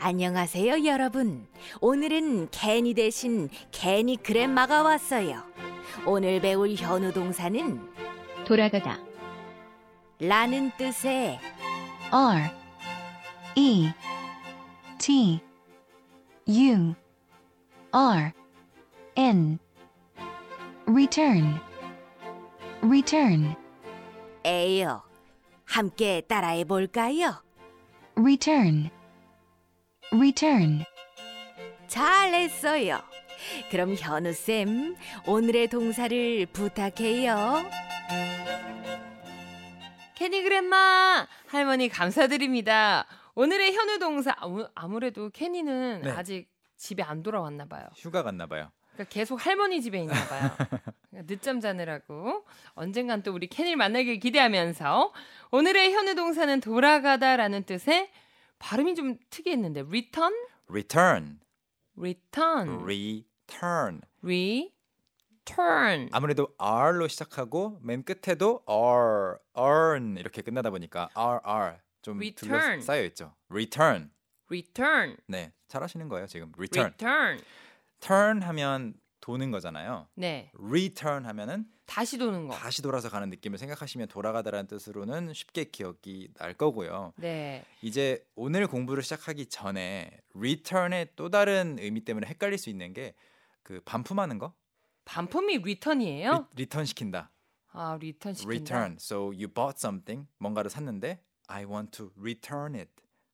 안녕하세요, 여러분. 오늘은 캔이 대신 캔이 그랜마가 왔어요. 오늘 배울 현우 동사는 돌아가다 라는 뜻의 R E T U R N return return 에요. 함께 따라해 볼까요? return return 잘했어요. 그럼 현우 쌤, 오늘의 동사를 부탁해요. 캐니 그랜마 할머니 감사드립니다. 오늘의 현우 동사 아무, 아무래도 캐니는 네. 아직 집에 안 돌아왔나 봐요. 휴가 갔나 봐요. 그러니까 계속 할머니 집에 있나 봐요. 그러니까 늦잠 자느라고 언젠간 또 우리 캐니를 만나길 기대하면서 오늘의 현우 동사는 돌아가다라는 뜻의 발음이 좀 특이했는데 return, Return, return, return. return. 아무래도 R로 시작하고 맨 끝에도 R, earn 이렇게 끝나다 보니까 R, R 좀 Return. 둘러 쌓여 있죠. Return. return, 네, 잘하시는 거예요 지금. Return. return. Turn 하면 도는 거잖아요. 네, Return 하면은 다시 도는 거. 다시 돌아서 가는 느낌을 생각하시면 돌아가다라는 뜻으로는 쉽게 기억이 날 거고요. 네, 이제 오늘 공부를 시작하기 전에 return의 또 다른 의미 때문에 헷갈릴 수 있는 게 그 반품하는 거 반품이 return이에요? 리, 턴 시킨다. 아 어? 리턴 시킨다. return. So you bought something 뭔가를 샀는데 I want to return it.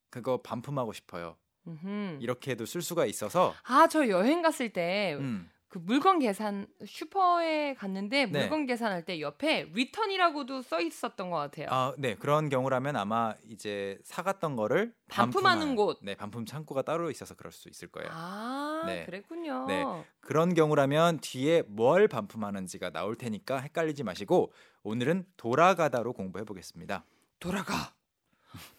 그거 반품하고 싶어요. 음흠. 이렇게도 쓸 수가 있어서 아, 저 여행 갔을 때 그 음, 물건 계산 슈퍼에 갔는데 네. 물건 계산할 때 옆에 리턴이라고도 써 있었던 것 같아요. 아, 네 그런 경우라면 아마 이제 사갔던 거를 반품하는 반품한- 곳. 네 반품 창구가 따로 있어서 그럴 수 있을 거예요. 아, 네. 그랬군요. 네. 그런 경우라면 뒤에 뭘 반품하는지가 나올 테니까 헷갈리지 마시고 오늘은 돌아가다로 공부해 보겠습니다. 돌아가,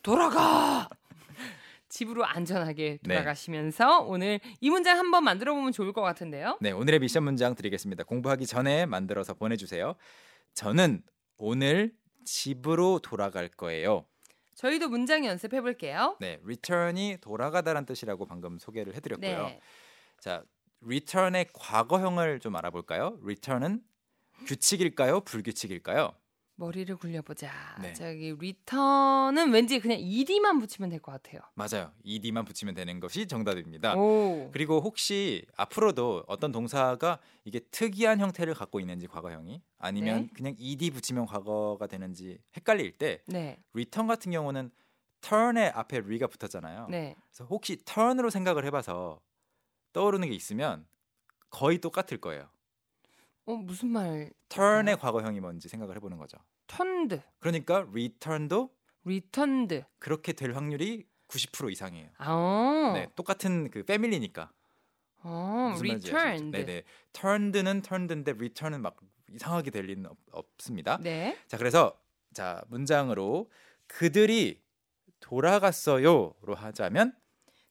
돌아가. 집으로 안전하게 네. 돌아가시면서 오늘 이 문장 한번 만들어 보면 좋을 것 같은데요. 네, 오늘의 미션 문장 드리겠습니다. 공부하기 전에 만들어서 보내 주세요. 저는 오늘 집으로 돌아갈 거예요. 저희도 문장 연습해 볼게요. 네, return이 돌아가다란 뜻이라고 방금 소개를 해 네. 드렸고요. 자, return의 과거형을 좀 알아볼까요? return은 규칙일까요? 불규칙일까요? 머리를 굴려보자. 네. 저기 리턴은 왠지 그냥 ed만 붙이면 될 것 같아요. 맞아요. ed만 붙이면 되는 것이 정답입니다. 오. 아, 그리고 혹시 앞으로도 어떤 동사가 이게 특이한 형태를 갖고 있는지 과거형이 아니면 네. 그냥 ed 붙이면 과거가 되는지 헷갈릴 때 네. return 같은 경우는 turn의 앞에 re가 붙었잖아요. 네. 그래서 혹시 turn으로 생각을 해봐서 떠오르는 게 있으면 거의 똑같을 거예요. 어 무슨 말? 네. turn의 과거형이 뭔지 생각을 해보는 거죠. 턴드, 그러니까 return도 리턴드. 그렇게 될 확률이 90% 이상이에요. 아. 네, 똑같은 그 패밀리니까. 어, 무슨 말인지 아시죠? returned. 네네. turned는 turned인데 return은 막 이상하게 될 리는 없, 없습니다. 네. 자 그래서 자 문장으로 그들이 돌아갔어요로 하자면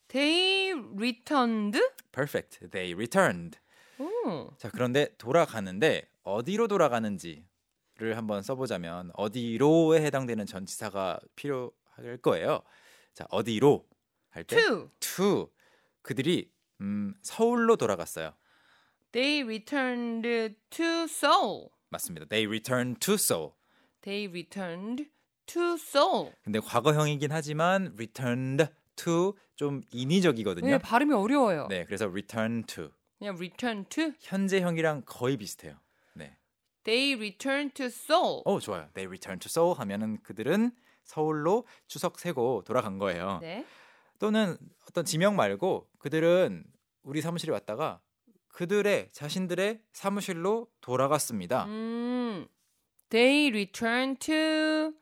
They returned. perfect. They returned. 오. 자 그런데 돌아가는데 어디로 돌아가는지를 한번 써보자면 어디로에 해당되는 전치사가 필요할 거예요. 자 어디로 할 때 To. to 그들이 음, 서울로 돌아갔어요. They returned to Seoul. 맞습니다. They returned to Seoul. They returned to Seoul. 근데 과거형이긴 하지만 returned to 좀 인위적이거든요. 네, 발음이 어려워요. 네, 그래서 return to 그냥 return to. 현재형이랑 거의 비슷해요. 네. They returned to Seoul. 어, 좋아요. They return to Seoul 하면은 그들은 서울로 추석 세고 돌아간 거예요. 네. 또는 어떤 지명 말고 그들은 우리 사무실에 왔다가 그들의 자신들의 사무실로 돌아갔습니다. 음. They returned to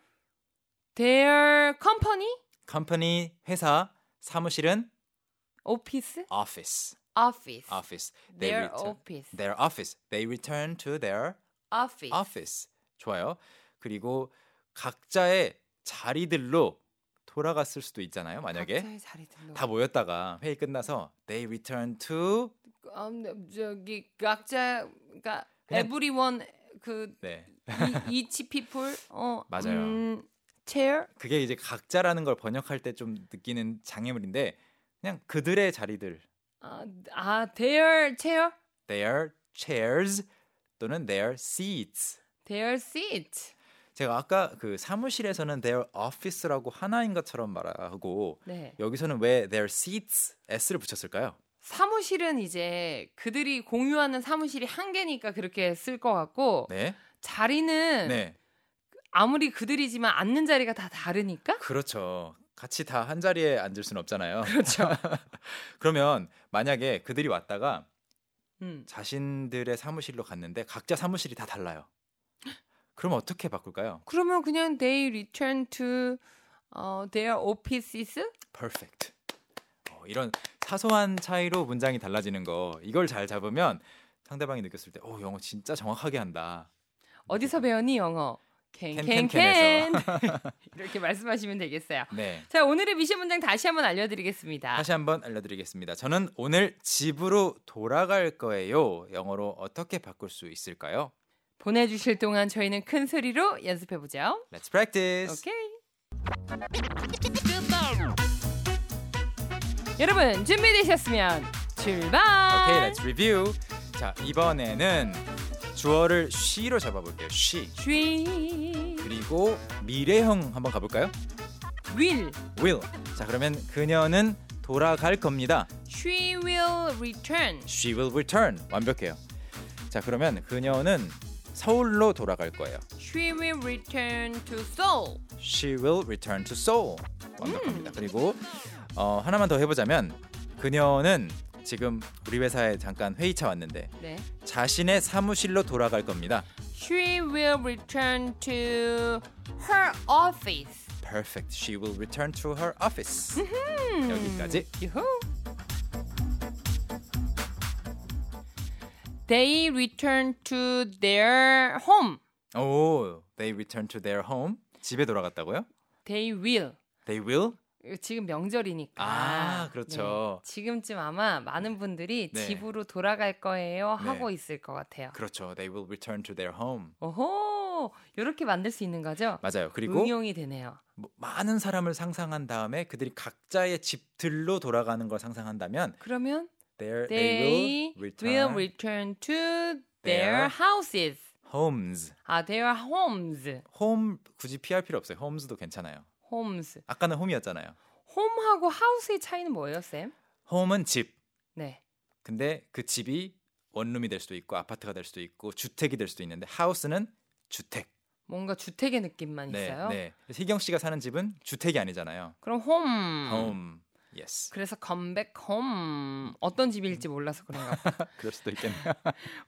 their company 컴퍼니 회사 사무실은 office office. office. office. They Their return- office. their office. They return to their office. office. 좋아요. 그리고 각자의 자리들로 돌아갔을 수도 있잖아요. 만약에 각자의 자리 등록. 다뭐 모였다가 회의 끝나서 they return to 음, 저기 각자가 그러니까 그냥- everyone 그 네. 이- each people 어 맞아요. 음, chair 그게 이제 각자라는 걸 번역할 때 좀 느끼는 장애물인데 그냥 그들의 자리들 아, 아 their chair, their chairs 또는 their seats. their seat. 제가 아까 그 사무실에서는 their office라고 하나인 것처럼 말하고 네. 여기서는 왜 their seats s를 붙였을까요? 사무실은 이제 그들이 공유하는 사무실이 한 개니까 그렇게 쓸 것 같고 네, 자리는 네, 아무리 그들이지만 앉는 자리가 다 다르니까 그렇죠. 같이 다 한 자리에 앉을 수는 없잖아요. 그렇죠. 그러면 만약에 그들이 왔다가 음. 자신들의 사무실로 갔는데 각자 사무실이 다 달라요. 그럼 어떻게 바꿀까요? 그러면 그냥 they return to 어, their offices perfect. 어, 이런 사소한 차이로 문장이 달라지는 거 이걸 잘 잡으면 상대방이 느꼈을 때, 오 영어 진짜 정확하게 한다. 어디서 배웠니 영어 캔, 캔, 캔캔캔 이렇게 말씀하시면 되겠어요. 네. 자 오늘의 미션 문장 다시 한번 알려드리겠습니다. 다시 한번 알려드리겠습니다. 저는 오늘 집으로 돌아갈 거예요. 영어로 어떻게 바꿀 수 있을까요? 보내주실 동안 저희는 큰 소리로 연습해 보죠. Let's practice. 오케이. 여러분 준비되셨으면 출발. 오케이, let's review. 자, 이번에는 주어를 she로 잡아볼게요. she. She 그리고 미래형 한번 가볼까요? will will. 자, 그러면 그녀는 돌아갈 겁니다. she will return. She will return. 완벽해요. 자, 그러면 그녀는 서울로 돌아갈 거예요. She will return to Seoul. She will return to Seoul. 완벽합니다. 그리고 어, 하나만 더 해보자면 그녀는 지금 우리 회사에 잠깐 회의차 왔는데 네. 자신의 사무실로 돌아갈 겁니다. She will return to her office. Perfect. She will return to her office. 여기까지. 유후. They return to their home. 오, they return to their home. 집에 돌아갔다고요? They will. They will. 지금 명절이니까. 아, 그렇죠. 네. 지금쯤 아마 많은 분들이 네. 집으로 돌아갈 거예요 네. 하고 있을 것 같아요. 그렇죠. They will return to their home. 오호, 이렇게 만들 수 있는 거죠? 맞아요. 그리고 응용이 되네요. 뭐 많은 사람을 상상한 다음에 그들이 각자의 집들로 돌아가는 걸 상상한다면 그러면 their, they, they, will, return will return to their their houses. homes. 아, their homes. home 굳이 피할 필요 없어요. homes도 괜찮아요. homes. 아까는 home이었잖아요. 홈하고 house의 차이는 뭐예요, 쌤? home은 집. 네. 근데 그 집이 원룸이 될 수도 있고 아파트가 될 수도 있고 주택이 될 수도 있는데 house는 주택. 뭔가 주택의 느낌만 네, 있어요. 네. 그래서 희경 씨가 사는 집은 주택이 아니잖아요. 그럼 home. home. 음. yes. 그래서 컴백 홈 어떤 집일지 음. 몰라서 그런가 봐. 그럴 수도 있겠네요.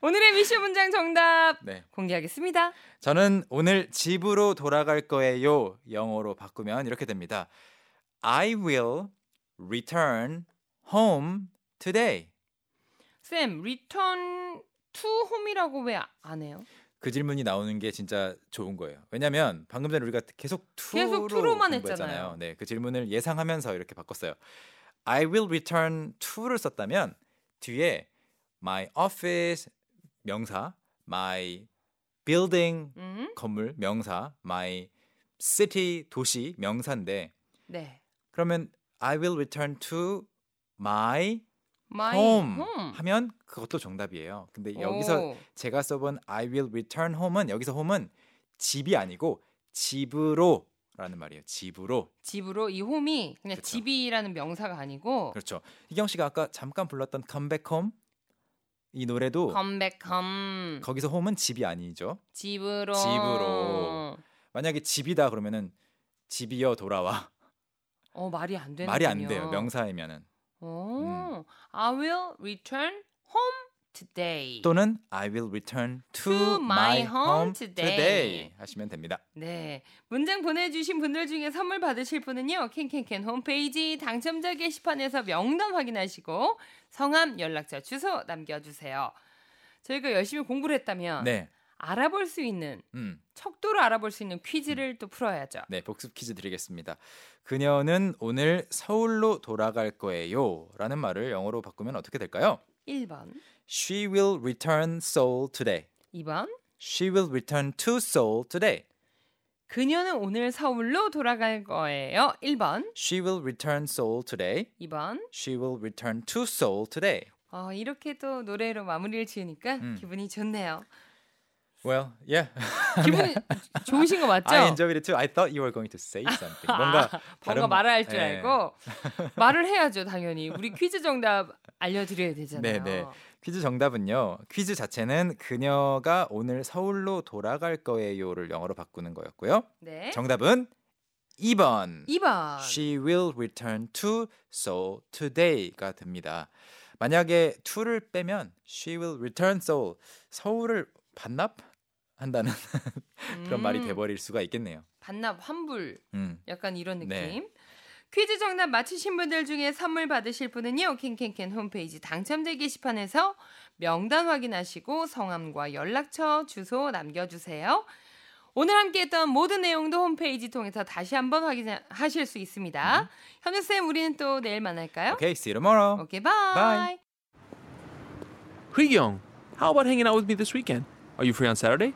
오늘의 미션 문장 정답 네. 공개하겠습니다. 저는 오늘 집으로 돌아갈 거예요. 영어로 바꾸면 이렇게 됩니다. I will return home today. 쌤, return to home이라고 왜 안 해요? 그 질문이 나오는 게 진짜 좋은 거예요. 왜냐면 방금 전에 우리가 계속 투로 계속 to로만 공부했잖아요. 했잖아요. 네, 그 질문을 예상하면서 이렇게 바꿨어요. I will return to를 썼다면 뒤에 my office 명사, my building 음? 건물 명사, my city 도시 명사인데 네. 그러면 I will return to my My home home. 하면 그것도 정답이에요. 근데 여기서 오. 제가 써본 I will return home은 여기서 home은 집이 아니고 집으로라는 말이에요. 집으로. 집으로 이 홈이 그냥 그쵸. 집이라는 명사가 아니고 그렇죠. 희경 씨가 아까 잠깐 불렀던 Come Back Home 이 노래도 컴백 홈 거기서 home은 집이 아니죠. 집으로 집으로. 만약에 집이다 그러면은 집이여 돌아와 어 말이 안 되는 말이 안 돼요. 명사이면은 오, I will return home today. 또는 I will return to, To my my home home today. today 하시면 됩니다. 네. 문장 보내주신 분들 중에 선물 받으실 분은요. 캔캔캔 홈페이지 당첨자 게시판에서 명단 확인하시고 성함, 연락처, 주소 남겨주세요. 저희가 열심히 공부를 했다면 네. 알아볼 수 있는 음. 척도로 알아볼 수 있는 퀴즈를 또 풀어야죠. 네, 복습 퀴즈 드리겠습니다. 그녀는 오늘 서울로 돌아갈 거예요라는 말을 영어로 바꾸면 어떻게 될까요? 1번, She will return Seoul today. 2번, She will return to Seoul today. 그녀는 오늘 서울로 돌아갈 거예요. 1번, She will return Seoul today. 2번. She will return to Seoul today. 어, 이렇게 또 노래로 마무리를 지으니까 음. 기분이 좋네요. Well, yeah. 기분이 좋으신 거 맞죠? I enjoyed it too. I thought you were going to say something. 뭔가 뭔가 아, 다른- 말을 할 줄 예. 알고 말을 해야죠, 당연히. 우리 퀴즈 정답 알려드려야 되잖아요. 네, 네. 퀴즈 정답은요. 퀴즈 자체는 그녀가 오늘 서울로 돌아갈 거예요를 영어로 바꾸는 거였고요. 네. 정답은 2번. 2번. She will return to Seoul today가 됩니다. 만약에 to를 빼면 she will return Seoul 서울을 반납한다는 그런 말이 음, 돼버릴 수가 있겠네요. 반납 환불 음. 약간 이런 느낌. 네. 퀴즈 정답 맞추신 분들 중에 선물 받으실 분은요. 캔캔캔 홈페이지 당첨자 게시판에서 명단 확인하시고 성함과 연락처, 주소 남겨주세요. 오늘 함께했던 모든 내용도 홈페이지 통해서 다시 한번 확인하실 수 있습니다. 현우쌤 우리는 또 내일 만날까요? Okay, see you tomorrow. 오케이, 바이. 바이. Young, how about hanging out with me this weekend? Are you free on Saturday?